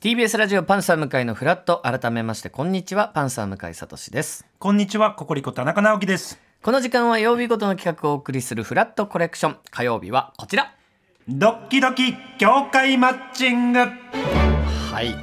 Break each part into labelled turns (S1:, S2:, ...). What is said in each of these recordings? S1: TBS ラジオパンサー向井のフラット改めましてこんにちはパンサー向井聡です
S2: こんにちは、ココリコ田中直樹です。
S1: この時間は曜日ごとの企画をお送りするフラットコレクション火曜日はこちら
S2: ドッキドキ業界マッチング。は
S1: はい
S2: い。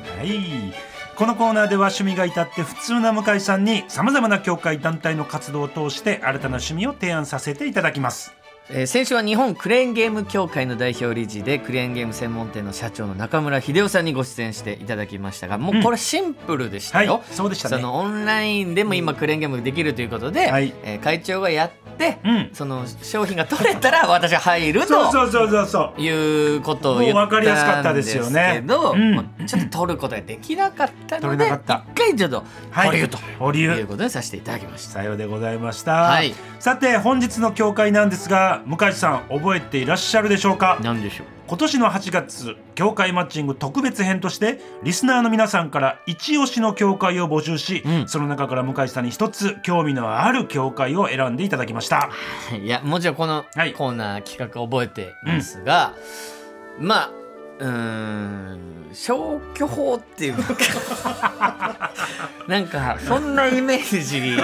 S2: このコーナーでは趣味が至って普通な向井さんに様々な協会団体の活動を通して新たな趣味を提案させていただきます。
S1: えー先週は日本クレーンゲーム協会の代表理事でクレーンゲーム専門店の社長の中村秀夫さんにご出演していただきましたがもうこれシンプルでしたよ、
S2: はいそうでしたね
S1: そのオンラインでも今クレーンゲームできるということで、
S2: はい
S1: えー会長がやって、
S2: うん
S1: その商品が取れたら私は入る
S2: そ
S1: と
S2: うそうそうそうそう。
S1: いうことを言
S2: もう
S1: っ
S2: 分かりやすかったた
S1: ん
S2: で
S1: ですす
S2: よ
S1: け
S2: ね
S1: ど、
S2: うん
S1: まあちょっと取ることができなかったの
S2: 取れ
S1: で
S2: なか
S1: 一
S2: った
S1: 回ちょっと保留と
S2: 保留
S1: いうことにさせていただきました。
S2: さようでございました、
S1: はい
S2: さて本日の協会なんですが向井さん覚えていらっしゃるでしょうか
S1: なんでしょう
S2: 今年の8月協会マッチング特別編としてリスナーの皆さんから一押しの協会を募集し、
S1: うん
S2: その中から向井さんに一つ興味のある協会を選んでいただきました
S1: いやもちろんこの
S2: はい
S1: コーナー企画覚えてますが、まあうーん消去法っていうか なんかそんなイメージ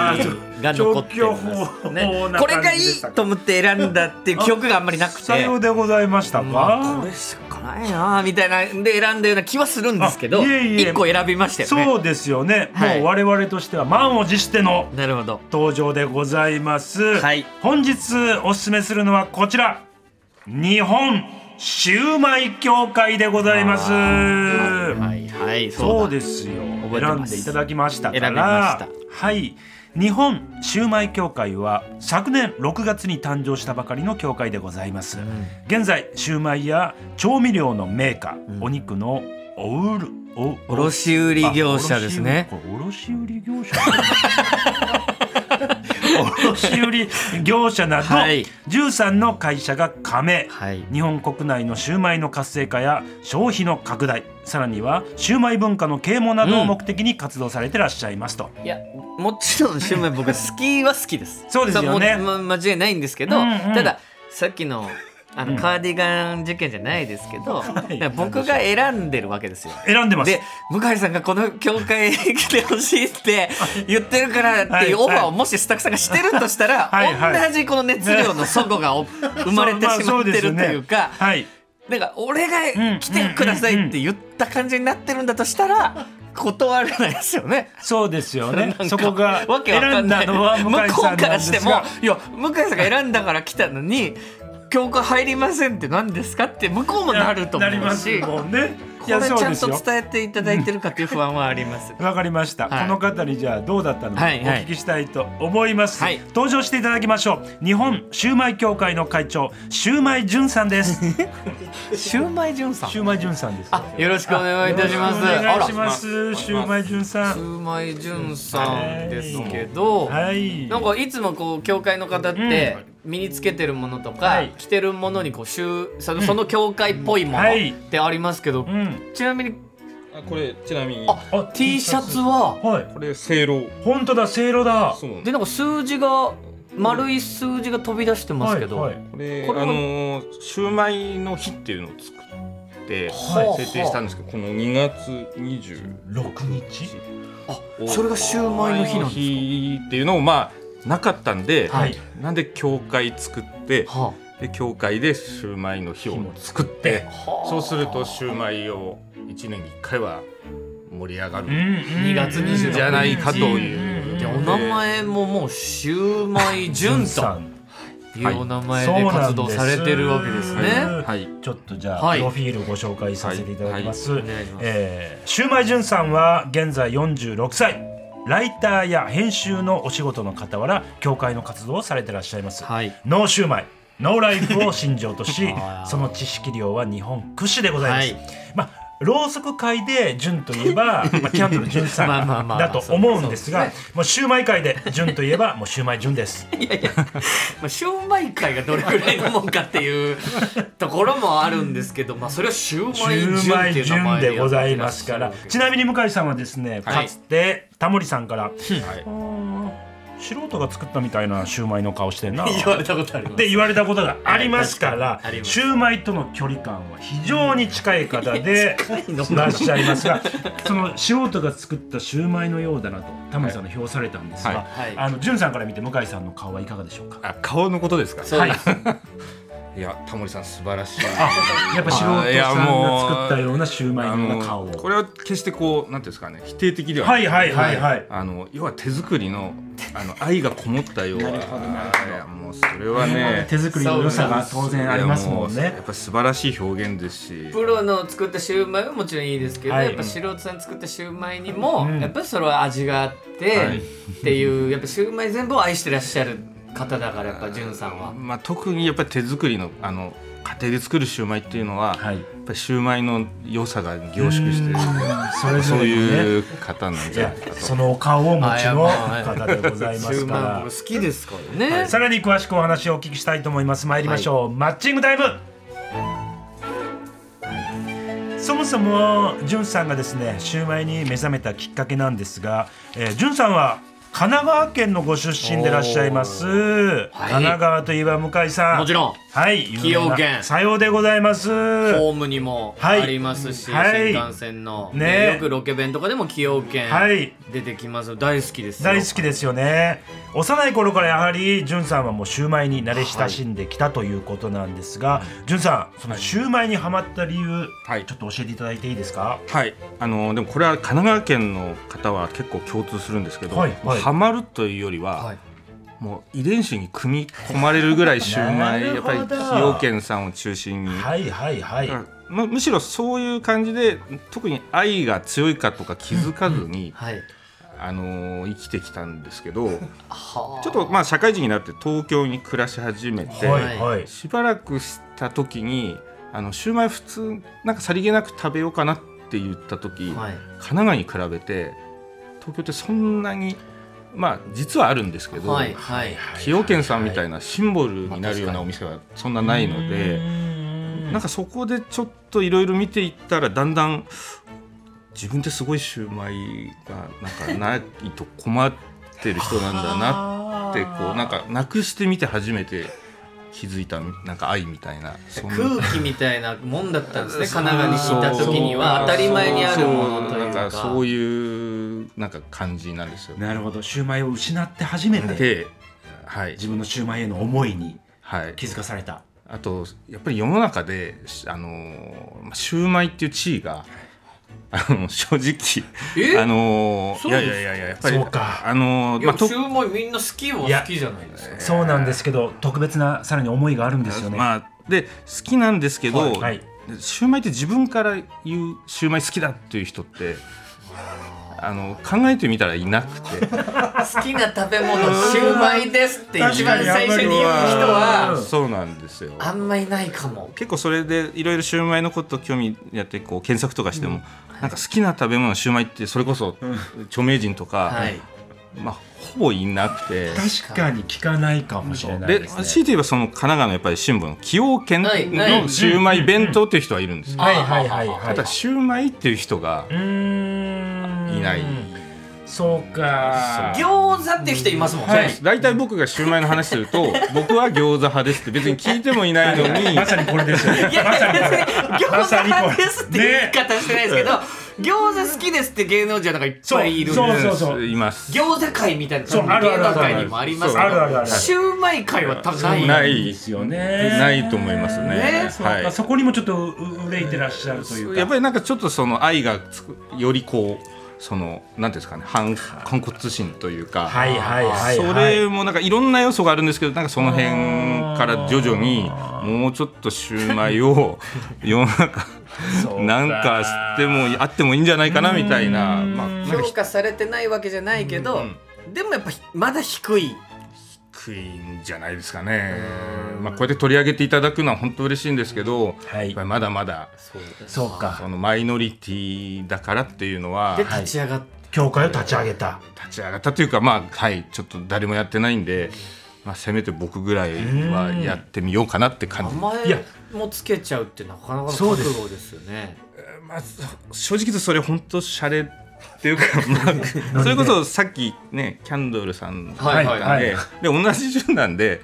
S1: が残って
S2: 消
S1: ま
S2: 去
S1: す
S2: 法
S1: ね
S2: な感じでしたか
S1: これがいいと思って選んだっていう記憶があんまりな く
S2: さ
S1: て
S2: ようでございましたか、
S1: まあこれしかないなみたいなんで選んだような気はするんですけど
S2: あいえいえ
S1: 1個選びましたよね
S2: そうですよね、
S1: はい
S2: もう我々としては満を持しての
S1: なるほど
S2: 登場でございます、
S1: はい
S2: 本日おすすめするのはこちら日本シューマイ協会でございます、
S1: はいはい
S2: そう
S1: だ
S2: ですよ
S1: 覚えて
S2: 選ん
S1: ます
S2: でいただきましたか
S1: 選びま
S2: らはい日本シューマイ協会は昨年6月に誕生したばかりの協会でございます、
S1: ん
S2: 現在シューマイや調味料のメーカー、
S1: うん
S2: お肉のおうるお
S1: 卸売業者ですね
S2: あ。卸売これ卸売 業者。卸売業者など
S1: はい
S2: 13の会社が加盟。
S1: はい
S2: 日本国内のシューマイの活性化や消費の拡大さらにはシューマイ文化の啓蒙などを目的に活動されてらっしゃいますと、
S1: いやもちろんシュウマイ僕は好きは好きです
S2: そうですよね
S1: そもうま間違いないんですけど、
S2: うんうん
S1: たださっきのあ
S2: うん
S1: のカーディガン事件じゃないですけ ど、
S2: い
S1: だから僕が選んでるわけですよ。
S2: 選んでます
S1: で向井さんがこの協会に来てほしいって言ってるからっていう
S2: はい
S1: オファーをもしスタッフさんがしてるとしたら、
S2: はいはい
S1: 同じこの熱量の齟齬がお生まれてしまってるというか、
S2: はい
S1: なんか俺が来てくださいって言った感じになってるんだとしたら断れないですよね。
S2: そうですよ
S1: な
S2: ね
S1: んか
S2: そこが
S1: わけわか
S2: 選
S1: ん
S2: ん
S1: な
S2: だ
S1: い
S2: のは向井
S1: 向こ
S2: さ
S1: うんか
S2: なん
S1: ら
S2: で
S1: して
S2: す
S1: も
S2: が
S1: いや向井さんが選んだから来たのに教会入りませんってなんですかって向こうもなると思
S2: なり
S1: う
S2: ます
S1: し
S2: も
S1: こ
S2: んねい
S1: れ
S2: や
S1: ち
S2: そう
S1: ゃ
S2: で
S1: ん
S2: すよ
S1: と伝えていただいてるかという不安はあります。
S2: わかりました、
S1: はい
S2: この方にじゃあどうだったのかお
S1: はいはい
S2: 聞きしたいと思います、
S1: はい
S2: 登場していただきましょう日本シューマイ協会の会長シューマイ潤さんです
S1: シュウマイ潤さん
S2: シューマイ潤さんです
S1: あよろしくお願いいたします。
S2: よろくお願いしま
S1: あ
S2: すシューマイ潤
S1: ら
S2: さ
S1: シ
S2: ん
S1: ュウマイ潤さんですけど。
S2: はい
S1: なんかいつもこう教会の方って身につけてるものとか、
S2: はい
S1: 着てるものにこうしゅうそのその教会っぽいもの
S2: はい
S1: ってありますけど、
S2: うん
S1: ちなみに
S3: あこれちなみに
S1: あ
S2: あ
S1: T シャツは
S2: はい
S3: これ正露
S2: 本当だせいろだ
S3: そうなんで
S1: ですなんか数字が丸い数字が飛び出してますけど、
S2: はい
S3: これ
S1: これは
S3: あのーシューマイの日っていうのを作って
S1: はい
S3: 設定したんですけどこの2月20
S2: 六日
S1: あそれがシューマイの日なんですか
S3: シューマイの日っていうのをまあなかったんで、
S1: はい
S3: なんで教会作って
S1: は
S3: で教会でシューマイの日を作って
S1: あはあ
S3: そうするとシューマイを1年に1回は盛り上がる、
S2: 2
S1: 2月26日
S3: じゃないかという
S1: でお名前ももうシューマイ潤と
S2: ん
S1: いうお名前で活動されてるわけですね。
S2: そうなんです
S3: はい
S2: ちょっとじゃあ、
S1: はい
S2: プロフィールご紹介させていただきます。
S1: いお願いします
S2: えーシューマイじゅんさんは現在46歳。ライターや編集のお仕事の傍ら教会の活動をされてらっしゃいます、
S1: はい
S2: ノーシューマイノーライフを信条とし
S1: あー
S2: その知識量は日本屈指でございます、
S1: は
S2: まあろうそく界で純とい えば、まあ、キャンドル純さ
S1: まあまあまあ
S2: ん
S1: まあ
S2: だと思うんで
S1: そ
S2: す
S1: う
S2: が
S1: です
S2: もうシューマイ界で純といえばもうシューマイ 純です
S1: いやいや、まあ、シュウマイ会がどれくらいのもんかっていうところもあるんですけど、まあ、それはシュウマイ
S2: シューマ
S1: 順っ
S2: イ
S1: ていう名
S2: 順
S1: 前で
S2: でござい ますからちなみに向井さんはですね
S3: はい
S2: かつてタモリさんから
S3: はい
S2: 「素人が作ったみたいなシューマイの顔して んな
S1: 言われたことあります
S2: って言われたことがありますから
S1: 確かにあります
S2: シューマイとの距離感は非常に近い 方で
S1: いの
S2: いらっしゃいますがその素人が作ったシューマイのようだなとタモリさんの評されたんですが、
S1: はいはい
S2: あの潤さんから見て向井さんの顔はいかがでしょうか
S3: あ顔のことですか
S1: そうです、
S3: いやタモリさん素晴らしい
S2: やっぱ素人
S3: あいや
S2: さん
S3: も
S2: が
S3: う
S2: 作ったようなシューマイ
S3: あ
S2: のような顔を
S3: のこれは決してこうなんていうんですかね否定的ではな
S2: はいはいはいはい
S3: あの要は手作りのあの愛がこもったような
S2: なるほどなるほど
S3: いやもうそれはね
S2: 手作りの良さが当然ありますもん
S3: いやうや
S2: ね
S3: っぱ素晴らしい表現ですし
S1: プロの作ったシューマイはもちろんいいですけど、
S2: はい
S1: やっぱ素人さん作ったシューマイにも、
S2: うん
S1: やっぱりそれは味があって、
S3: はい
S1: っていうやっぱシューマイ全部を愛してらっしゃる方だからやっぱ潤さんは。
S3: まあ、特にやっぱり手作りのあの家庭で作るシューマイっていうのは、
S2: はい
S3: やっぱりシューマイの良さが凝縮してる
S2: それぞ
S3: そ
S2: れのね
S3: ういう方なん
S2: い
S3: じゃ
S2: や
S3: ないかと
S2: そのお顔をお持ちの
S1: あいやま
S2: 方
S1: あ
S2: でございま
S1: シュ
S2: す
S1: ーマイ
S2: か
S1: も好きですからね。
S2: らさらに詳しくお話をお聞きしたいと思います参りましょう、マッチングタイムそもそもじゅんさんがですねシューマイに目覚めたきっかけなんですがじゅん、潤さんは神奈川県のご出身でいらっしゃいます、神奈川といえば向井さん
S1: もちろん
S2: はい
S1: 崎陽軒
S2: さようでございます
S1: ホームにも
S2: はい
S1: ありますし、
S2: はい
S1: 新幹線の、
S2: ね
S1: ねよくロケ弁とかでも崎陽軒
S2: はい
S1: 出てきます、大好きですよ
S2: 大好きですよね幼い頃からやはりんさんはもうシューマイに慣れ親しんできたということなんですがんさんそのシューマイにハマった理由、
S3: はい
S2: ちょっと教えていただいていいですか
S3: はい、あのでもこれは神奈川県の方は結構共通するんですけど、
S2: は
S3: はい
S2: はい
S3: まるというよりは、
S1: はい
S3: もう遺伝子に組み込まれるぐらいシューマ
S2: な
S3: イ
S2: る
S3: やっ
S2: ほ
S3: ぱ
S2: ど
S3: り崎陽軒さんを中心に、
S2: はいはいはい
S3: だからむむしろそういう感じで特に愛が強いかとか気づかずに、
S1: はい
S3: あの生きてきたんですけど
S1: はあ
S3: ちょっとまあ社会人になって東京に暮らし始めて、
S2: はいはい
S3: しばらくした時にあのシューマイ普通なんかさりげなく食べようかなって言った時、
S1: はい
S3: 神奈川に比べて東京ってそんなにまあ実はあるんですけど、
S1: はいはい
S3: 崎陽軒さんみたいなシンボルになるようなお店はそんなないので、なんかそこでちょっといろいろ見ていったらだんだん自分ってすごいシューマイがなんかないと困ってる人なんだなってこうなんかなくしてみて初めて気づいたなんか愛みたいなそんな
S1: 空気みたいなもんだったん ですね神奈川にいた時には
S3: そう
S1: 当たり前にあるものとい
S3: そうな
S1: うんか
S3: かそういうなんか感じなんですよ
S2: なるほどシューマイを失って初めて
S3: ではい
S2: 自分のシューマイへの思いに
S3: はい
S2: 気づかされた
S3: あとやっぱり世の中でしあのーまあシューマイっていう地位があの正直
S1: え
S3: あのー
S1: そう
S3: い
S1: で
S3: や
S1: す
S3: いやいやいややっぱり
S2: そうか
S3: あの
S1: い
S3: ー
S1: や
S3: まあと
S1: シューマイみんな好きはい
S2: や
S1: 好きじゃないですか
S2: そうなんですけど特別なさらに思いがあるんですよね、
S3: まあで好きなんですけど、
S2: はいはい
S3: シューマイって自分から言うシューマイ好きだっていう人ってあの考えてみたらいなく て。
S1: 好きな食べ物シューマイですって一番最初に言う人
S2: う
S1: は
S2: ん
S3: そうなんですよ
S1: あんまいないかも
S3: 結構それでいろいろシューマイのこと興味やってこう検索とかしても、なんか好きな食べ物シューマイってそれこそ著名人とか、
S1: はい
S3: まあ、ほぼいなくて。
S2: 確かに聞かないかもしれない
S3: で
S2: です、ね、
S3: 強いて言えばその神奈川のやっぱり新聞崎陽軒
S1: はいはい
S3: のシューマイ弁当っていう人はいるんですよ、
S2: はいはいはいはい
S3: ただシューマイっていう人が
S2: うーん
S3: いない
S2: そうか
S1: 餃子っていう人いますもんね、
S2: はい
S3: 大体僕がシューマイの話すると僕は餃子派ですって別に聞いてもいないのに
S2: まさにこれ ですよね
S1: いや
S2: まさにこれ
S1: 別に餃子派ですっていう言い方してないですけど、餃子好きですって芸能人なんかいっぱいいるんで
S2: そうそうそうそう
S3: います
S1: 餃子界みたいな
S2: そうあるあ
S1: 芸
S2: るあ
S1: 能
S2: る
S1: 界にもありますけ
S2: そうあるあるあ
S1: ど
S2: る
S1: シューマイ界は多分ない
S3: ない
S2: ですよね
S3: ないと思いますね
S1: ね
S2: そうか、
S3: はい、
S2: そこにもちょっとう憂いてらっしゃるというか
S3: やっぱりなんかちょっとその愛がつくよりこうそのなんていうんですかね反反骨心というか、
S2: はいはいはいはい
S3: それもなんかいろんな要素があるんですけどなんかその辺から徐々にもうちょっとシューマイ を世の中
S2: そう
S3: なんか吸ってもあってもいいんじゃないかなみたいなまあなんか
S1: 評価されてないわけじゃないけど、でもやっぱまだ低い
S3: 低いんじゃないですかね。まあこうやって取り上げていただくのは本当嬉しいんですけど、
S2: はい
S3: やっぱりまだまだ
S2: そうか
S3: そのマイノリティだからっていうのは
S1: で立ち上がって、
S2: 教会を立ち上げた
S3: 立ち上がったというかまあはいちょっと誰もやってないんで、まあ、せめて僕ぐらいはやってみようかなって感じ、ま
S2: いや
S1: 名前もつけちゃうってなかなかの
S2: そう
S1: 覚
S2: です
S1: 悟ですよね
S3: あ、そ正直言うとそれ本当シャレって いうか、まあ、それこそさっきねキャンドルさん
S1: はいい
S2: は
S1: はいい
S2: は
S1: はいい。
S3: でで同じ順なん で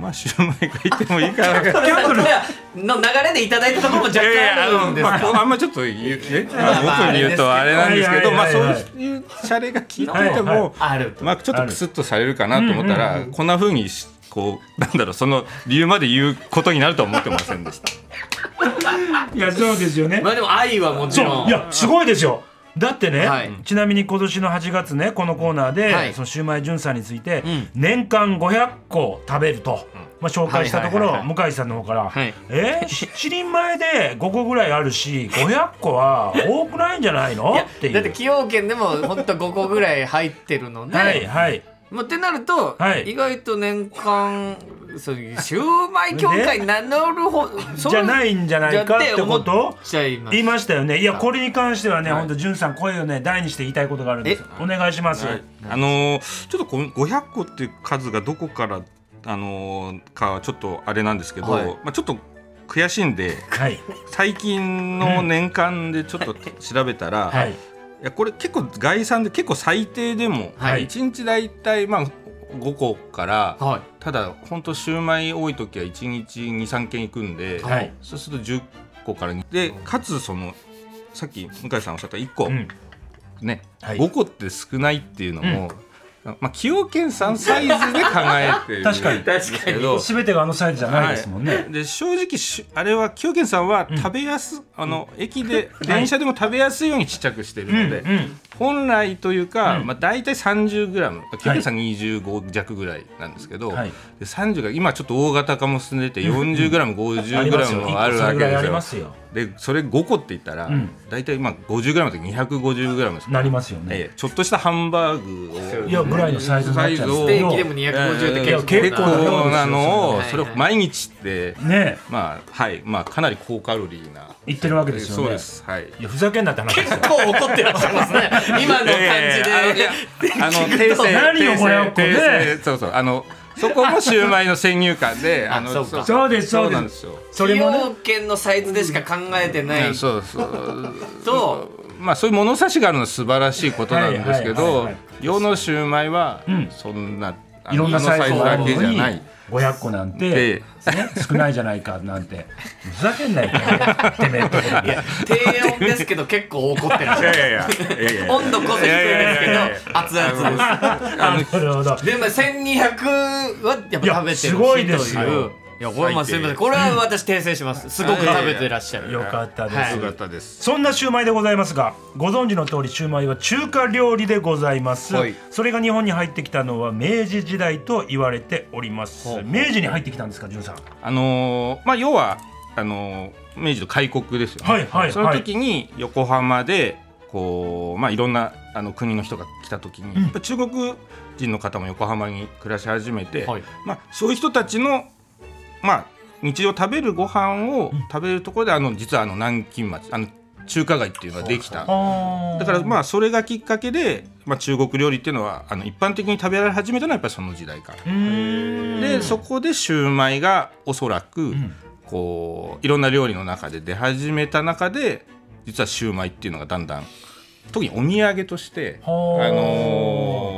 S3: まあシューマイがいてもいいかない
S1: キャンドル の流れでいただいたところも若干
S3: やい
S1: あ
S3: やあ
S1: るん
S3: の、
S1: です
S3: ま
S1: か。
S3: あ、あんまちょっと言う、ね、
S1: まあまあ
S3: 元に言うとあれなんですけど、ま
S2: あ
S3: あ、
S2: れですけ
S3: そ
S2: ど
S3: ういうシャレが聞いてて
S2: はいはい
S3: も、
S1: あると。
S3: まあ、ちょっとクスッとされるかなと思ったら、こんな風にし、こう、なんだろう、その理由まで言うことになるとは思ってませんでした。
S2: いやそうですよね
S1: まあでも愛はもち
S2: そ
S1: ろ。
S2: うんいやすごいですよだってね、
S1: はい
S2: ちなみに今年の8月ねこのコーナーで、
S1: はい
S2: そのシューマイじゅんさんについて、
S1: ん
S2: 年間500個食べると、まあ、紹介したとこ
S1: は
S2: ろ、
S1: いはいはい
S2: 向井さんの方から「
S1: はい
S2: えー、7人前で5個ぐらいあるし500個は多くないんじゃないの?」ってい
S1: だって
S2: う。
S1: 崎陽軒でも本当5個ぐらい入ってるので、
S2: はいはい
S1: まあ、ってなると、
S2: はい
S1: 意外と年間そういうシューマイ協会名乗るほそ
S2: じゃないいんじゃないかってこ
S1: 思
S2: と
S1: っちゃいます
S2: 言いましたよねいや
S1: はい
S2: これに関してはね、
S1: はい
S2: ほんとじゅんさん声をね大にして言いたいことがあるんですよ
S1: え
S2: お願いします、
S3: はいあのーちょっとこの500個っていう数がどこから、あのーかはちょっとあれなんですけど、
S1: はい
S3: まあ、ちょっと悔しいんで、
S2: はい
S3: 最近の年間でちょっと調べたら、
S2: はいい
S3: いやこれ結構概算で結構最低でも、
S1: はい
S3: 一1日大体まあ5個から、
S1: は
S3: ただ本当シューマイ多い時は1日23件行くんで、
S2: はい
S3: そうすると10個から2でかつそのさっき向井さんおっしゃった1個、
S2: うん
S3: ね、
S2: はい
S3: 5個って少ないっていうのも、まあ崎陽軒さんサイズで考えて る
S2: 確かに
S3: んですけど
S2: 全てがあのサイズじゃないですもんね、
S3: で正直しあれは崎陽軒さんは食べやす、あの駅で電車でも食べやすいようにちっちゃくしてるので、
S2: うん
S3: 本来というか、
S2: うん
S3: まあ、大体 30g 崎陽軒さん25弱ぐらいなんですけど、
S2: はい
S3: で30が今ちょっと大型化も進んでて
S2: ありますよ一個それぐらいあり
S3: 40g50g もあるわけですよ
S2: ますよ
S3: でそれ5個って言ったら、
S2: うん
S3: 大体まあ 50g で 250g ですから、
S2: なりますよね、
S3: ええちょっとしたハンバーグを
S2: いやぐらいのサイズになっちゃ
S1: い、ス
S2: う
S3: サイ
S1: テ
S3: ズ
S1: ー
S3: を
S1: キでも250って
S3: ええ
S1: 結構
S2: 結構な量
S3: 結構なの
S1: は
S3: を
S1: い
S3: それを毎日って
S2: ね
S3: まあはいまあかなり高カロリーな
S2: え言ってるわけですよね
S3: そうですは
S2: い
S3: い
S2: やふざけんなって話ですよ
S1: 結構怒ってらっしゃいますね今の感じ
S3: い
S1: で
S3: やいやあの訂正
S2: 何よこれはこれね
S3: 訂正そうそうあのそこもシューマイの先入観で
S1: あ
S3: あの
S1: そうか
S2: そうですそうです
S3: なんですよ
S2: それも
S1: 崎
S2: ね
S1: 陽軒のサイズでしか考えてない
S3: ねそうそう
S1: と
S3: まあそういう物差しがあるのは素晴らしいことなんですけ
S2: はいはい
S3: ど
S2: はいはい
S3: 世のシューマイは
S2: ん
S3: そんな、あの
S2: いろんなサイズがある
S3: だ
S2: の
S3: けじゃ
S2: に
S3: ない
S2: 500個なんて、
S3: え
S2: ね、少ないじゃないかなんてふざけんなよてめえって
S1: いや低温ですけど結構怒ってらっしゃる
S3: いやいや いやいや
S1: 温度こそ低いですけ
S3: いやいやいや
S1: ど
S3: い
S1: 熱々です
S3: あの
S2: なるほど
S1: でも1200はやっぱ食べてるし
S2: いやすごいですよ
S1: といういやこれまあすみませんこれは私訂正しますすごく食べてらっしゃる
S2: よかったです、
S1: は
S3: よかったです
S2: そんなシューマイでございますがご存知の通りシューマイは中華料理でございます、
S1: はい
S2: それが日本に入ってきたのは明治時代と言われております明治に入ってきたんですかじゅんさん
S3: あのーまあ要はあのー明治の開国ですよね、
S2: はいはい
S3: その時に横浜でこう、まあ、いろんなあの国の人が来た時に、やっぱ中国人の方も横浜に暮らし始めて、
S1: はい
S3: まあ、そういう人たちの、まあ、日常食べるご飯を食べるところで、あの実はあの南京町あの中華街っていうのができた。
S2: あ
S3: だからま
S2: あ
S3: あそれがきっかけで、まあ、中国料理っていうのはあの一般的に食べられ始めたのはやっぱりその時代から。
S2: うーん
S3: でそこでシューマイがおそらく、
S2: ん
S3: こういろんな料理の中で出始めた中で実はシューマイっていうのがだんだん特にお土産として、あ
S2: ほー
S3: の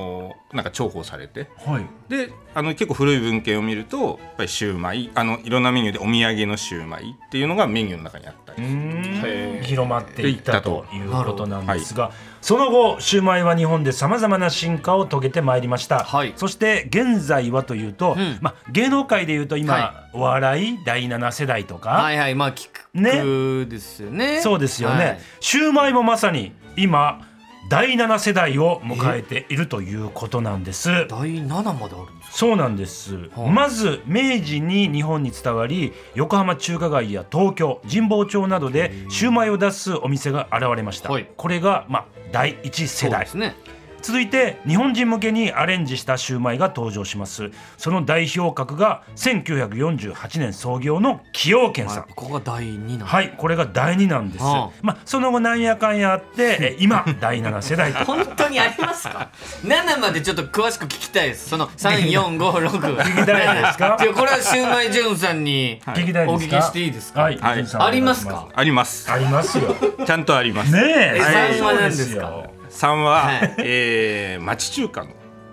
S3: ーなんか重宝されて
S2: はい
S3: であの結構古い文献を見るとやっぱりシューマイあのいろんなメニューでお土産のシューマイっていうのがメニューの中にあったり、
S2: うん
S3: へー
S2: 広まっていったということなんですが、
S3: は
S2: その後シューマイは日本でさまざまな進化を遂げてまいりました、
S1: はい
S2: そして現在はというと、
S1: うん
S2: まあ、芸能界でいうと今、
S1: は
S2: お笑い第7世代とか、
S1: はいはいまあ聞くですよね
S2: そうですよね、シューマイもまさに今第7世代を迎えているということなんです。
S1: はい第7まであるんですか
S2: そうなんです、
S1: はい
S2: まず明治に日本に伝わり横浜中華街や東京神保町などでシューマイを出すお店が現れました、
S1: はい
S2: これがまあ第一世
S1: そう
S2: 代
S1: ですね
S2: 続いて日本人向けにアレンジしたシューマイが登場しますその代表格が1948年創業の崎陽軒
S1: まあ
S2: さ
S1: や
S2: ん
S1: っぱここが第2なんだ
S2: はいこれが第2なんです、
S1: はあ
S2: まあその後なんやかんやあ ってえ今第7世代と
S1: 本当にあります か ?7 までちょっと詳しく聞きたいです。その3456。聞
S2: きたいですか
S1: これはシュウマイジュンさんに
S3: はい
S2: 聞きたいですか
S1: お聞きしていいですか
S2: はい、
S3: はい
S2: 順さんお願い
S1: ありますか
S3: ありま す
S2: ありますよ
S3: ちゃんとあります
S2: ねえ、
S1: え
S2: はい
S1: 三は何ですか
S2: そうよ
S3: さんは、
S1: はい
S3: えー町中華の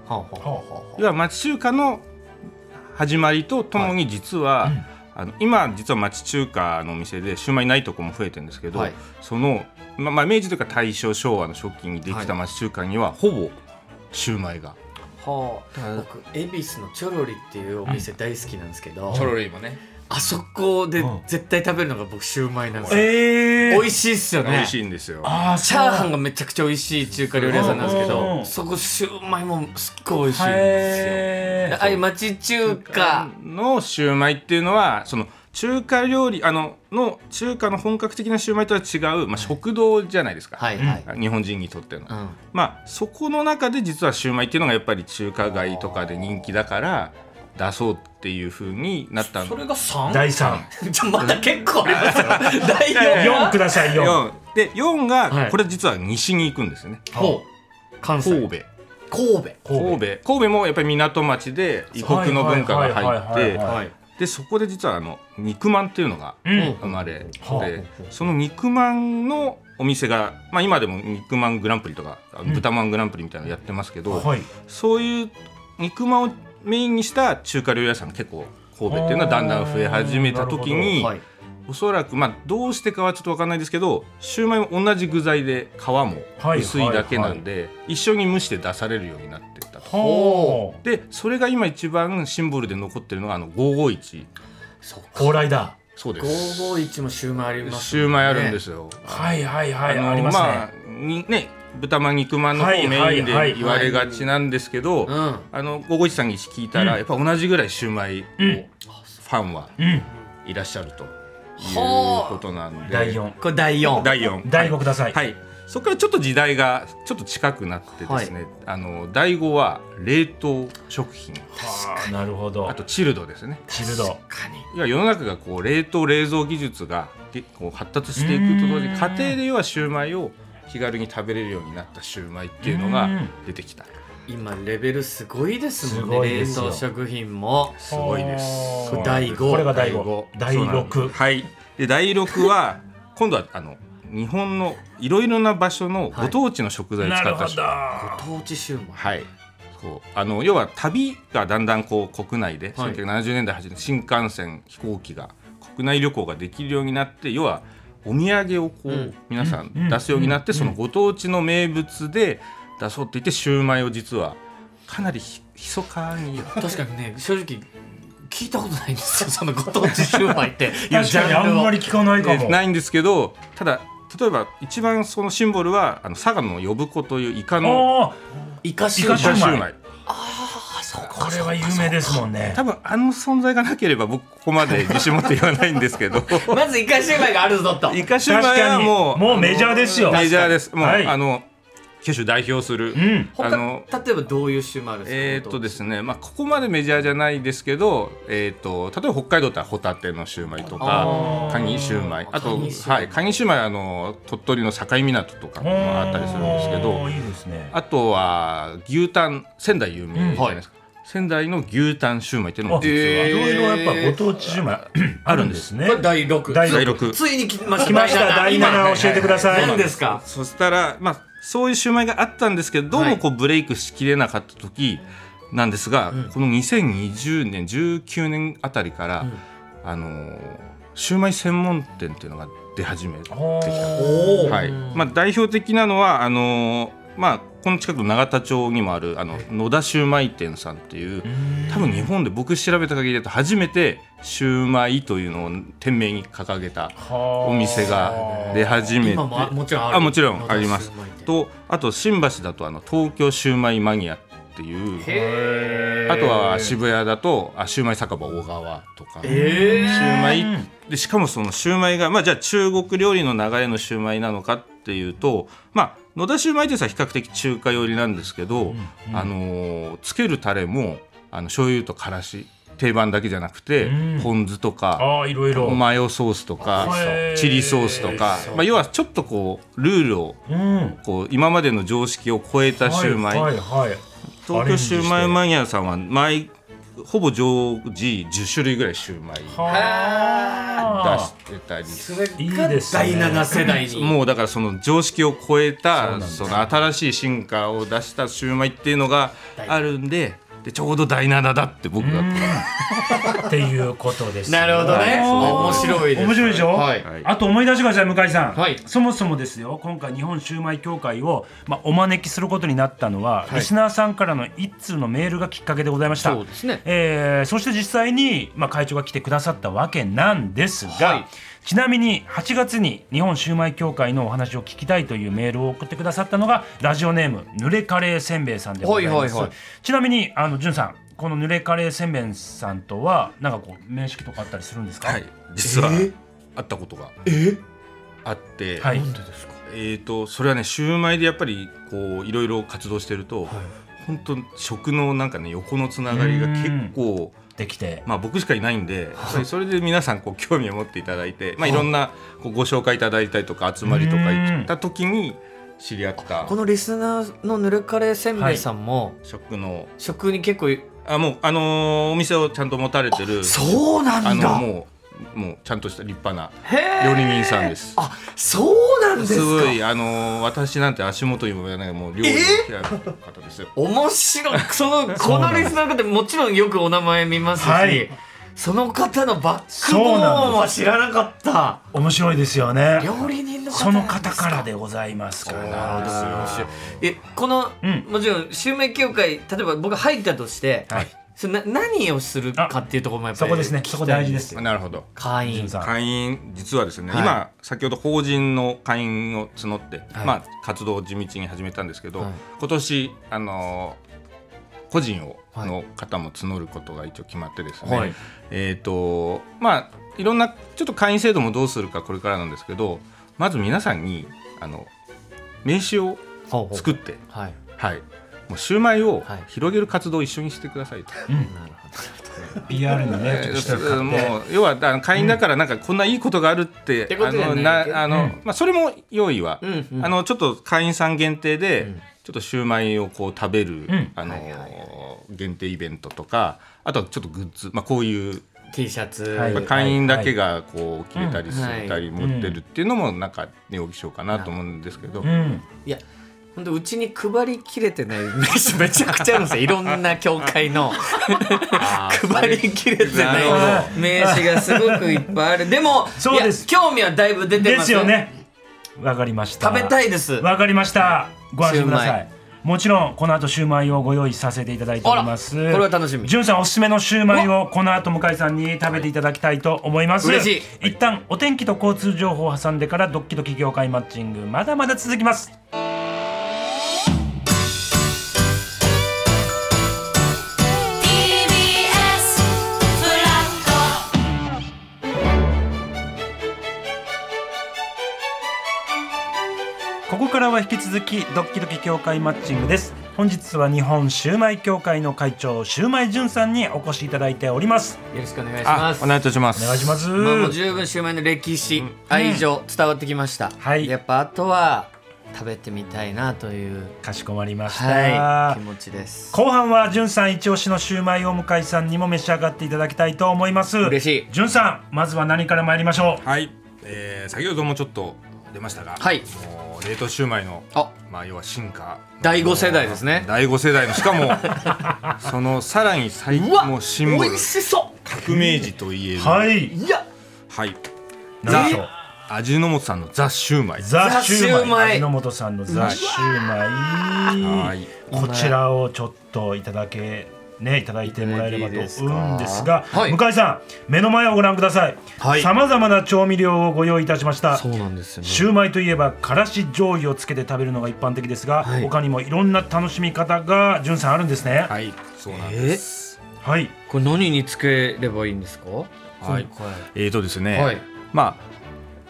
S1: ほうほう
S2: ほうほうほ
S3: 要は町中華の始まりとともに実は、あの今実は町中華のお店でシュウマイないとこも増えてるんですけど、
S1: はい
S3: その、ままあ、明治というか大正昭和の初期にできた町中華にはほぼシュウマイが。
S1: はあ、僕恵比寿のチョロリっていうお店大好きなんですけど、
S4: チョロリーもね
S1: あそこで
S2: うん
S1: 絶対食べるのが僕シューマイなんです
S2: う
S1: よ、
S2: え
S1: 美味しいっすよ
S3: 美
S1: ね
S3: 味しいんですよ。
S2: ああ
S1: チャーハンが
S2: が
S1: めちゃくちゃ美味しい中華料理屋さんなんですけ
S2: うんうんう
S1: ど
S2: ん
S1: そこシューマイもすっごい美味しいんです
S2: へ
S1: よ
S2: え
S1: ああいう町中華
S3: のシュウマイっていうのはその中華料理あのの中華の本格的なシュウマイとは違う、まあ、食堂じゃないですか、
S1: はいはい、
S3: 日本人にとっての。
S1: うん
S3: まあそこの中で実はシューマイっていうのがやっぱり中華街とかで人気だから出そうっていう風になった
S1: そ
S3: の
S1: れが 3?
S2: 第三
S1: じゃまだ結構ありますよ 第4
S2: 四ください四。
S3: 4で4
S1: は
S3: が
S1: い
S3: これ実は西に行くんですよね、
S1: ほう関西
S3: 神戸
S1: 神戸
S3: 神戸神戸もやっぱり港町で異国の文化が
S2: はいはいはい
S3: 入っ
S2: はい
S3: て
S1: はい
S3: でそこで実はあの肉まんっていうのが
S2: うん
S3: 生まれて、
S2: は
S3: その肉まんのお店が、まあ、今でも肉まんグランプリとか豚まんグランプリみたいなのやってますけど、
S2: はい
S3: そういう肉まんをメインにした中華料理屋さんが結構神戸っていうのはだんだん増え始めた時に、
S1: はい
S3: おそらくまあどうしてかはちょっと分かんないですけどシューマイも同じ具材で皮も薄いだけなんで、一緒に蒸して出されるようになってったと。
S2: ほう
S3: でそれが今一番シンボルで残ってるのがあの551
S1: そっか
S2: 高麗だ
S3: そうです
S1: 551もシューマイありますもんね
S3: シューマイあるんですよ。
S2: はいはいはい
S3: の
S2: あります
S3: まあ
S2: ね
S3: にね豚まん肉まんの方
S2: はい
S3: メ
S2: はい
S3: イン
S2: は
S3: で
S2: い
S3: 言われがちなんですけど、
S1: うんあ
S3: あの午後一さんに聞いたら、
S2: うん
S3: やっぱ同じぐらいシュウマイを
S2: う
S3: フ
S2: ん
S3: ァンは
S2: うん
S3: いらっしゃるという
S1: はあ
S3: ことなんで、
S2: 第四
S1: これ第4
S3: 第4
S2: 第五ください
S3: はいそこからちょっと時代がちょっと近くなってですね、あの第5は冷凍食品
S2: はあなるほど
S3: あとチルドですね
S2: チルド
S1: 確かに
S3: いや世の中がこう冷凍冷蔵技術が結構発達していくと同時に
S2: うん
S3: 家庭で要はシュウマイを気軽に食べれるようになったシュウマイっていうの
S2: う
S3: が
S2: ん
S3: 出てきた
S1: 今レベルすごいですもん
S2: すご
S1: ね
S2: い
S1: 冷
S2: ですよ
S1: 凍食品も
S3: すごいです
S2: ほう
S1: 第5
S2: これが第五第
S3: そうなんです
S2: 六
S3: はいで第6は 今度はあの日本のいろいろな場所のご当地の食材を
S2: な
S3: 使
S2: る
S3: っ
S2: ほど
S3: た食
S2: は
S1: ご当地シューマイ
S3: はいこうあの要は旅がだんだんこう国内で1970年代初め新幹線飛行機が国内旅行ができるようになって要はお土産をこう、
S1: うん
S3: 皆さ
S2: うん
S3: ん出すようになって、
S2: うん
S3: そのご当地の名物で出そうって言ってシューマイを実はかなりひ密かに
S1: 確かにね 正直聞いたことないんですよそのご当地シューマイっていう
S2: 確
S1: ジャ
S2: か
S1: ン
S2: に
S1: ルを
S2: あんまり聞かないかも
S3: ないんですけどただ例えば一番そのシンボルはあの佐賀の呼子というイカの
S2: ああ
S1: イカシュ
S3: イカ
S1: ー
S3: シ
S1: マ
S3: ュ
S1: イ
S2: イカシュ
S3: ー
S2: ーマ
S3: マイ
S1: ああそうか
S2: これは有名ですもんね
S3: 多分あの存在がなければ僕ここまで自信持って言わないんですけど
S1: まずイカシューマイがあるぞと
S3: イカシューマイはもう
S2: もうメジャーですよ
S3: あのメジャーですもう、
S2: はい
S3: あの九州代表する、
S2: うん
S1: 他
S3: あの
S1: 例えばどういうシューマイあるんですか
S3: えーっとですすね、まあ、ここまでメジャーじゃないですけど、えーっと例えば北海道だったらホタテのシューマイと
S1: あ
S3: か
S1: ー
S3: カニシューマイ
S1: カ
S3: あと
S1: ニシューマイ
S3: はい、カニシューマイはあの鳥取の境港とかもあったりするんですけど
S2: おーいいですね
S3: あとは牛タン仙台有名じゃないですか、仙台の牛タンシューマイっていうのも実は、
S2: い
S1: え
S2: ろいろやっぱご当地シューマイあるんですね
S1: これ第6
S2: 第
S3: 第六
S1: ついに来ました
S2: 来ました第7教えてください
S1: 何ですか
S3: そしたら、まあ、そういうシューマイがあったんですけどどうもこうブレイクしきれなかった時なんですが、この2020年19年あたりから、あのーシューマイ専門店っていうのが出始めてきた、
S2: ほー
S1: おお
S3: はいまあ、代表的なのはあのーまあ、この近くの永田町にもあるあの野田シューマイ店さんっていう多分日本で僕調べた限りだと初めてシューマイというのを店名に掲げたお店が出始めて
S1: 今もあもちろんある
S3: あもちろんあります
S1: 野田シューマイ店
S3: とあと新橋だとあの東京シューマイマニアっていう
S1: へ
S3: あとは渋谷だとあシューマイ酒場小川とか、
S1: え
S3: シューマイ
S2: うん
S3: でしかもそのシューマイが、まあ、じゃあ中国料理の流れのシューマイなのかっていうと、まあ、野田シューマイってさ比較的中華寄りなんですけど、あのーつけるタレもあの醤油とからし定番だけじゃなくて、
S2: うん
S3: ポン酢とか。
S2: ああいろいろ
S3: マヨソースとか
S2: へー
S3: チリソースとか、まあ、要はちょっとこうルールを
S2: うん
S3: こう今までの常識を超えたシューマイ、
S2: はいはいはい
S3: 東京シューマイマニアさんは毎ほぼ常時10種類ぐらいシューマイ出
S2: は
S3: してたり
S1: それが
S2: いいですね
S1: 第7世代に
S3: もうだからその常識を超えた
S2: そ
S3: その新しい進化を出したシューマイっていうのがあるんででちょうど第7だって僕が、
S2: あっていうことです
S1: なるほどね
S2: は
S1: 面白いです
S2: 面白いでしょ、
S1: はい
S3: はい
S2: あと思い出してください向井さん、
S1: はい
S2: そもそもですよ今回日本シューマイ協会を、まあ、お招きすることになったのは、
S1: い
S2: リスナーさんからの一通のメールがきっかけでございました
S1: そうですね
S2: えーそして実際に、まあ、会長が来てくださったわけなんですが、
S1: はい
S2: ちなみに8月に日本シューマイ協会のお話を聞きたいというメールを送ってくださったのがラジオネームぬれカレーせんべいさんでございます、
S1: はいはいはい
S2: ちなみにあのじゅんさんこのぬれカレーせんべいさんとはなんかこう面識とかあったりするんですか、
S3: はい、実は
S1: え
S3: 会ったことが
S1: え
S3: あって、
S2: はい
S1: なんでですか
S3: えー、とそれはねシューマイでやっぱりこういろいろ活動してると、本当食のなんかね横のつながりが結構、
S2: できて
S3: まあ、僕しかいないんでやっぱりそれで皆さんこう興味を持っていただいて、まあ、いろんなこうご紹介いただいたりとか集まりとか行った時に知り合った
S1: このリスナーのぬるカレーせんべいさんも
S3: 食の
S1: 食に結構
S3: あもうあのーお店をちゃんと持たれてる
S1: そうな
S3: あ
S1: ん
S3: の
S1: だ
S3: もうもうちゃんとした立派な
S1: へー
S3: 料理人さんです
S1: あそうなんです
S3: す
S1: か
S3: ごいあのー私なんて足元にもやないもう料理嫌いな方ですよ。
S1: 面 白いそのこのリスナーの方もちろんよくお名前見ますし、
S2: はい
S1: その方のバック
S2: そう
S1: ボ
S2: なん
S1: ーン
S2: で
S1: は知らなかった
S2: 面白いですよね
S1: 料理人の方
S2: そ
S1: な
S2: の
S1: んで
S2: 方
S1: すか
S2: からでございますか
S1: そう
S2: ら
S1: なんですよえこの、
S2: うん
S1: もちろん襲名協会例えば僕入ったとして、
S2: はい
S1: それな何をするかっていうところもやっぱ
S2: そ
S1: り
S2: こですねそこ大事ですよ
S3: なる ほど
S1: 会員
S2: さん
S3: 会員実はですね、
S1: はい
S3: 今先ほど法人の会員を募って、
S1: はい
S3: まあ、活動を地道に始めたんですけど、
S1: はい
S3: 今年、あのー個人を
S1: はい
S3: の方も募ることが一応決まってですね、
S1: はい
S3: えっ、とまあいろんなちょっと会員制度もどうするかこれからなんですけどまず皆さんにあの名刺を
S1: ほうほう
S3: 作って、
S1: はい
S3: はい、もうシューマイを
S1: はい
S3: 広げる活動を一緒にしてくださいと。
S1: なるほど
S2: PR のね
S3: え
S2: ちょっ
S3: ー
S2: とした
S3: そう
S2: の買って
S3: もう要はあの会員だからなんかこんないいことがあるって、
S1: てこと
S3: あ
S1: じゃない
S3: の
S1: けど
S3: なあの、まあそれも用意は、
S1: うんうん
S3: あのちょっと会員さん限定で、
S1: ん
S3: ちょっとシューマイをこう食べる、
S2: ん
S3: あの、
S1: はいはいは
S3: 限定イベントとかあとはちょっとグッズ、まあこういう
S1: T シャツ、
S2: はい
S3: まあ会員だけがこう着れたりするたり
S2: い
S3: 持ってるっていうのもなんかねおきしようかなと思うんですけど、
S2: うん
S1: いや本当うちに配りきれてない 名刺めちゃくちゃあるんですよいろんな教会の配りきれてな
S3: なる
S1: い名刺がすごくいっぱいあるでも
S2: そうです
S1: いや興味はだいぶ出て
S2: で
S1: ます
S2: すよねわかりました
S1: 食べたいです
S2: わかりましたご安心くだ
S1: シュー
S2: さ
S1: マ
S2: いもちろんこの後シューマイをご用意させていただいております
S1: あらこれは楽しみ
S2: じゅんさんおすすめのシューマイをこの後向井さんに食べていただきたいと思います
S1: 嬉し
S2: い一旦お天気と交通情報を挟んでからドッキドキ業界マッチングまだまだ続きますここからは引き続きドッキドキ協会マッチングです本日は日本シューマイ協会の会長シューマイじゅんさんにお越しいただいております
S1: よろしくお願いしま
S3: あ
S1: す
S3: お願いいたします。
S2: お願いします、
S1: まあもう十分シュウマイの歴史、愛情伝わってきました、
S2: はい
S1: やっぱあとは食べてみたいなという
S2: かしこまりました、
S1: はい気持ちです
S2: 後半はじゅんさん一押しのシューマイを向井さんにも召し上がっていただきたいと思います
S1: 嬉しい
S2: じゅんさんまずは何から参りましょう
S3: はい、えー先ほどもちょっと出ましたが、
S1: はい
S3: もう冷凍シューマイの
S1: あ
S3: まあ要は進化
S1: 第五世代ですね
S3: 第5世代のし かもそのさらに最
S1: うわ
S3: もうシンボ
S1: 美
S3: ル
S1: 味しそ
S3: 革命児といえる、
S2: はいいう
S1: いや
S3: はい、
S2: 何でしょう
S3: 味の素さんのザ・シューマイ
S2: ザ・シュ
S1: ザシュ
S2: ー
S1: ー
S2: マ
S1: マ
S2: イ
S1: イ
S2: 味の素さんのザ・シューマ
S3: は
S2: イ
S3: い
S2: こちらをちょっといただけねいただいてもらえればと思うんです
S1: い
S2: が
S1: いですかはい
S2: 向井さん目の前をご覧くださ
S1: はい
S2: いさまざまな調味料をご用意いたしました
S1: そうなんですよね
S2: シューマイといえばからし醤油をつけて食べるのが一般的ですが、
S1: はい
S2: 他にもいろんな楽しみ方がじゅんさんあるんですね。
S3: はいそうなんです、
S1: え
S2: はい。
S1: これ何につければいいんですか
S3: はい
S1: 今回
S3: えーとですね、
S1: はい
S3: まあ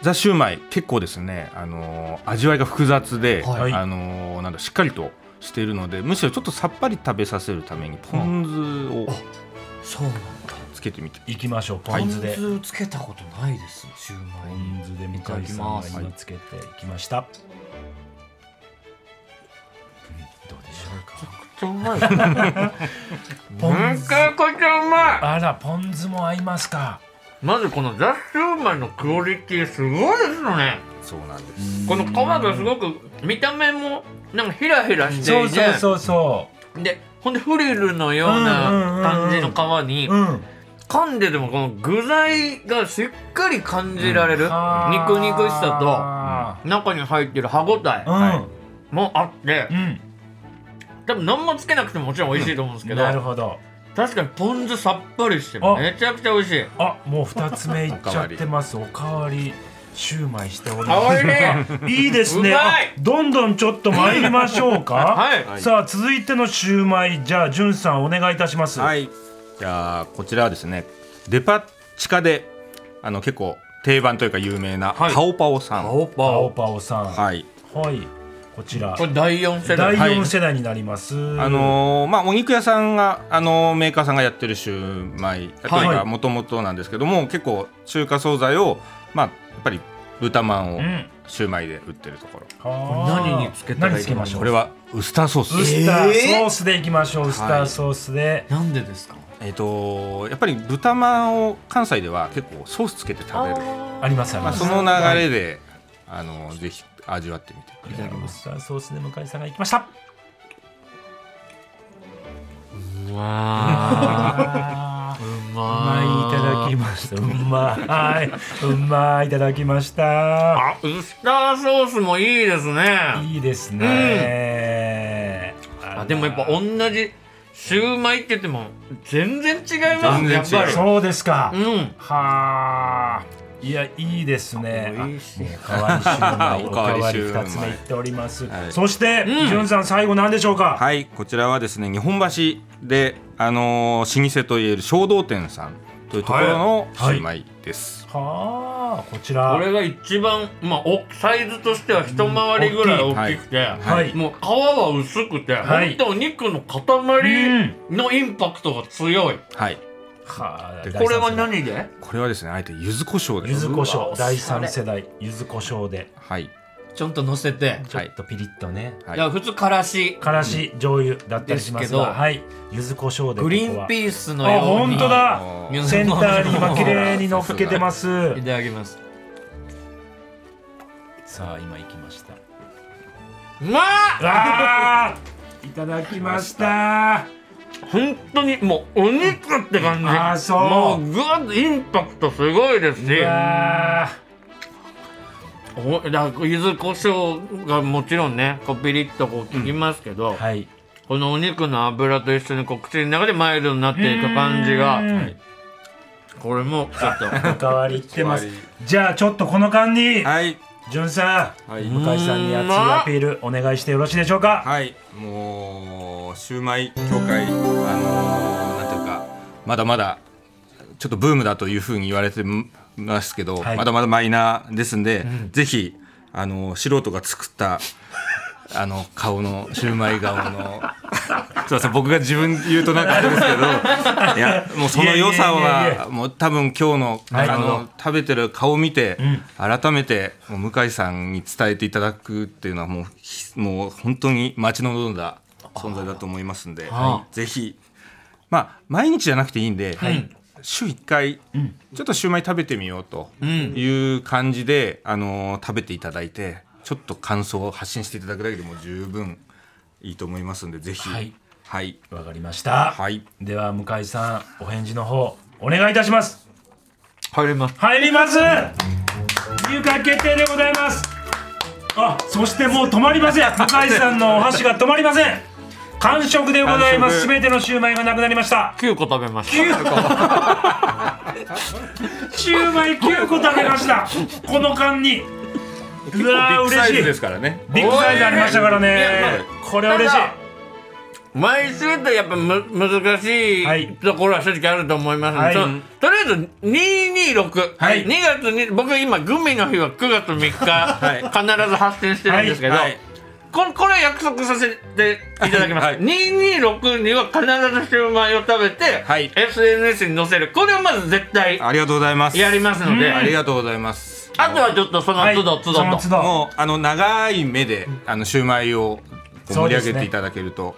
S3: ザ・シューマイ結構ですね、あのー味わいが複雑で、
S1: はい
S3: あのーなんだしっかりとしているのでむしろちょっとさっぱり食べさせるためにポン酢を
S1: そうなんだ
S3: つけてみて
S2: 行きましょう。ポ
S1: ポ
S2: ン
S1: ン
S2: 酢で。
S1: 酢つけたことないですシュウマ
S2: ポ
S1: イ
S2: ン酢で向井さんが今つけていきました。うんどうでしょうか。
S1: ち
S3: ちゃうまいめちゃくちゃうまい
S2: あらポン酢も合いますか
S1: まずこのザ・シューマイのクオリティすごいですよね
S3: そうなんです
S1: この皮がすごく見た目もなんかヘラヘラして
S2: そ
S1: いうて
S2: そうそうそ
S1: でほんでフリルのような感じの皮に
S2: ううん
S1: 噛んででもこの具材がしっかり感じられる、肉肉しさ
S2: あ
S1: と中に入ってる歯ごた
S2: ーうん、
S1: えもあって
S2: うん
S1: 多分何もつけなくてももちろん美味しいと思うんですけど,、
S2: なるほど
S1: 確かにポン酢さっぱりして
S2: あ
S1: めちゃくちゃ美味しい
S2: あもう二つ目いっちゃってますおかわりシューマイしており
S1: あ
S2: ま
S1: おいし
S2: す
S1: い
S2: いいですね
S1: うまい
S2: あどんどんちょっと参りましょうか
S1: はい
S3: はい
S2: さあ続いてのシューマイじゃあじゅんさんお願いいたします、
S3: はいじゃあこちらはですねデパ地下であの結構定番というか有名な
S1: はい
S3: パオパオさん
S1: 青パ
S2: パオ
S1: オ
S2: パオさんは
S3: はい
S2: い、こちら
S1: これ第4世
S2: 第
S1: 代
S2: 4世代になります、
S3: あのーまあ、お肉屋さんが、あのーメーカーさんがやってるシューマイという
S2: は
S3: か
S2: い
S3: もともとなんですけども、結構中華惣菜を、まあ、やっぱり豚まん
S2: う
S3: を
S2: ん
S3: シューマイで売ってるところ、
S2: あー
S1: 何につけたらいいの
S2: 何つけましょう
S3: これはウスターソース
S2: ウ
S3: です、
S2: スタ
S1: え
S2: ー
S1: ー
S2: ソースでいきましょう、ウスターソースで
S1: なんでですか
S3: えー、とやっぱり豚まんを関西では結構ソースつけて食べる
S2: ありますあり
S3: ま
S2: ま
S3: あ、
S2: す、
S3: その流れで、あのーぜひ味わってみてください
S2: ウスターソースで向井さんがいきました
S1: うわ
S2: あー
S1: ーう
S2: うま
S1: ま
S2: いいただきましたうまいうまいいただきました
S1: あウスターソースもいいですね
S2: いいですね、
S1: あでもやっぱ同じシューマイって言っても全然違いますねや
S3: 全
S1: っ
S3: 然
S1: ぱ
S3: 違
S1: り
S2: そうですか、
S1: うん
S2: はあいやいいですねあ
S1: 美味しい
S2: おかわりシューマイ
S3: お
S2: おか
S3: かわり
S2: わ
S3: シ
S2: り
S3: ューマイ
S2: 2つ目いっております、
S3: はい
S2: そして、
S1: うん
S2: じゅんさん最後何でしょうか、
S3: はい、こちらはですね、日本橋で、あのー老舗といえる衝動店さんというところのシ
S2: はい
S3: ューマイです。
S2: はあこち
S1: こ
S2: ら
S1: れが一番まあおサイズとしては一回りぐらい大きくて、
S2: はい
S1: もう皮は薄くて、
S2: はい
S1: ほんとお肉の塊のインパクトが強い、
S3: はい、
S2: はあ
S3: で
S1: これは何で
S3: これはですね、あえて柚子胡椒で。
S2: ゆず胡
S1: うわ
S2: 椒
S1: おしゃ
S2: 第
S1: れ
S2: 三世代ゆず胡椒で
S3: はい、
S1: ちょっと乗せて、
S2: ちょ
S3: は
S2: っ
S3: い、
S2: とピリッとね、
S3: はい
S1: い、や普通からし
S2: からし醤油だったりしますが、
S1: ですけど
S2: はいゆず胡椒で
S1: グリーンピ
S2: ー
S1: ースの
S2: あ
S1: ように
S2: 本当だ
S3: あ
S1: 水
S2: センターに今綺麗にのっ
S3: さすが
S2: けてます
S1: いただきます
S2: さあ今行きました
S1: うまっ
S2: あーいただきました
S1: 本当にもうお肉って感じ
S2: あーそう
S1: もうグワッとインパクトすごいですし
S2: うわ
S1: おだから柚子胡椒がもちろんねこうピリッとこう効きますけど、
S2: ーはい
S1: このお肉の脂と一緒にこう口の中でマイルドになっていく感じが
S2: うん
S1: これもちょっと
S2: おかわり来てます
S3: おかわ
S2: じゃあちょっとこの間に
S3: はい、
S2: じゅんさん、
S3: はい
S2: 向井さんに熱いアピールお願いしてよろしいでしょうか
S3: はい、もうシューマイ協会、あのーなんていうか、まだまだ。ちょっとブームだというふうに言われてますけど、
S2: はい
S3: まだまだマイナーですんで、ぜひあの素人が作った あの顔のシューマイ顔の すいません僕が自分で言うとなんかあれですけどいやもうその良さ
S2: いやいやいやい
S3: はもう多分今日の,、
S2: はい
S3: あ
S2: なるほ
S3: の食べてる顔を見て、改めてもう向井さんに伝えていただくっていうのはもうひもう本当に待ち望んだ存在だと思いますんで、
S1: あ
S3: ぜひまあ毎日じゃなくていいんで、週1回、ちょっとシューマイ食べてみようという感じで、あのー食べていただいてちょっと感想を発信していただくだけでも十分いいと思いますんでぜひ
S2: は
S3: はいいはい、
S2: わかりました、では向井さんお返事の方お願いいたします
S1: 入ります
S2: 入ります入会決定でございますあそしてもう止まりません向井さんのお箸が止まりません完食でございます
S3: 完食
S2: 全てのシューマイがなくなりま した
S1: 9個食べました
S2: シューマイ9個食べましたこの間にうわー
S3: ビッグ
S2: 嬉
S3: サイ
S2: しい
S3: ズですからね
S2: ビッグサイズありましたからねこれは嬉しい
S1: 毎週ってやっぱむ難し
S2: はい
S1: いところは正直あると思いますので、
S2: はい
S1: そとりあえず226、
S2: はい
S1: 2月に僕今グミの日は9月3日、
S3: い
S1: 必ず発信してるんですけど、
S3: はい
S1: ここれ約束させていただきます、
S3: はい
S1: 226には必ずシューマイを食べて、
S3: はい
S1: SNS に載せるこれをまず絶対
S3: ありがとうございます
S1: やりますので、
S3: ありがとうございます
S1: あとはちょっとその
S2: はい
S1: 都度都度
S2: その
S1: と
S2: 都度
S3: もうあの長い目であのシューマイをこう盛り上げていただけると、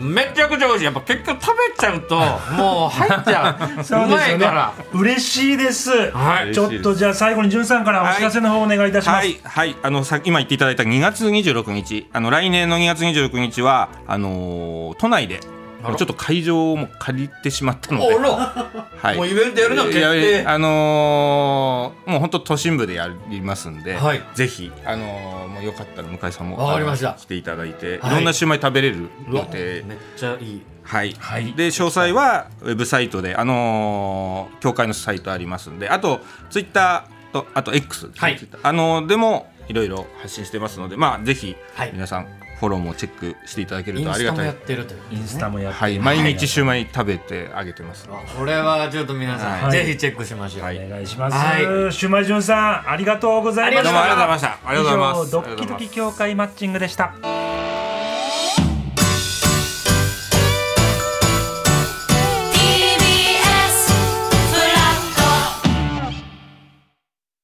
S1: めちゃくちゃ美味しいやっぱ結局食べちゃうと もう入っちゃう
S2: そう
S1: う
S2: で
S1: ます
S2: よ
S1: い
S2: ね
S1: から。
S2: 嬉しいです。
S1: はい
S2: ちょっとじゃあ最後にじゅんさんからお知らせの方お願いいたします。
S3: はいはいあのさ今言っていただいた2月26日あの来年の2月26日はあのー都内で
S1: あら
S3: ちょっと会場をもう借りてしまったので
S1: お、ら、
S3: はい、
S1: もうイベントやるの決
S3: いやい
S1: 定
S3: や。あのーもう本当都心部でやりますんで、
S1: はい
S3: ぜひあのーもうよかったら向井さんも
S1: わかりました
S3: あの来ていただいて、
S1: はい
S3: い、ろんなシュウマイ食べれる
S1: う
S3: 予
S1: わ
S3: 定
S1: めっちゃいい。
S3: はい、
S2: はい
S3: で詳細はウェブサイトであのー協会のサイトありますんであとツイッターとあと X ですね、
S1: はい
S3: Twitter あのーでもいろいろ発信してますのでまあぜひ
S1: はい
S3: 皆さんフォローもチェックしていただける
S1: イ
S3: と
S1: ン
S3: あ
S1: ス
S3: り
S1: タ
S3: が
S1: も
S3: た
S1: やっ
S3: い
S1: てるという。
S2: インスタもやって、
S3: はい毎日シュウマイ食べてあげてます
S1: あこれはちょっと皆さん、
S2: はい
S1: ぜひチェックしましょう。
S3: は
S2: お
S3: い
S2: 願いします。
S1: は
S2: シュウマイじゅんさんありがとうございました。
S1: ありがとうございました
S3: どうもありがとうございましたありがとうございます
S2: 以上ドッキドキ協会マッチングでした。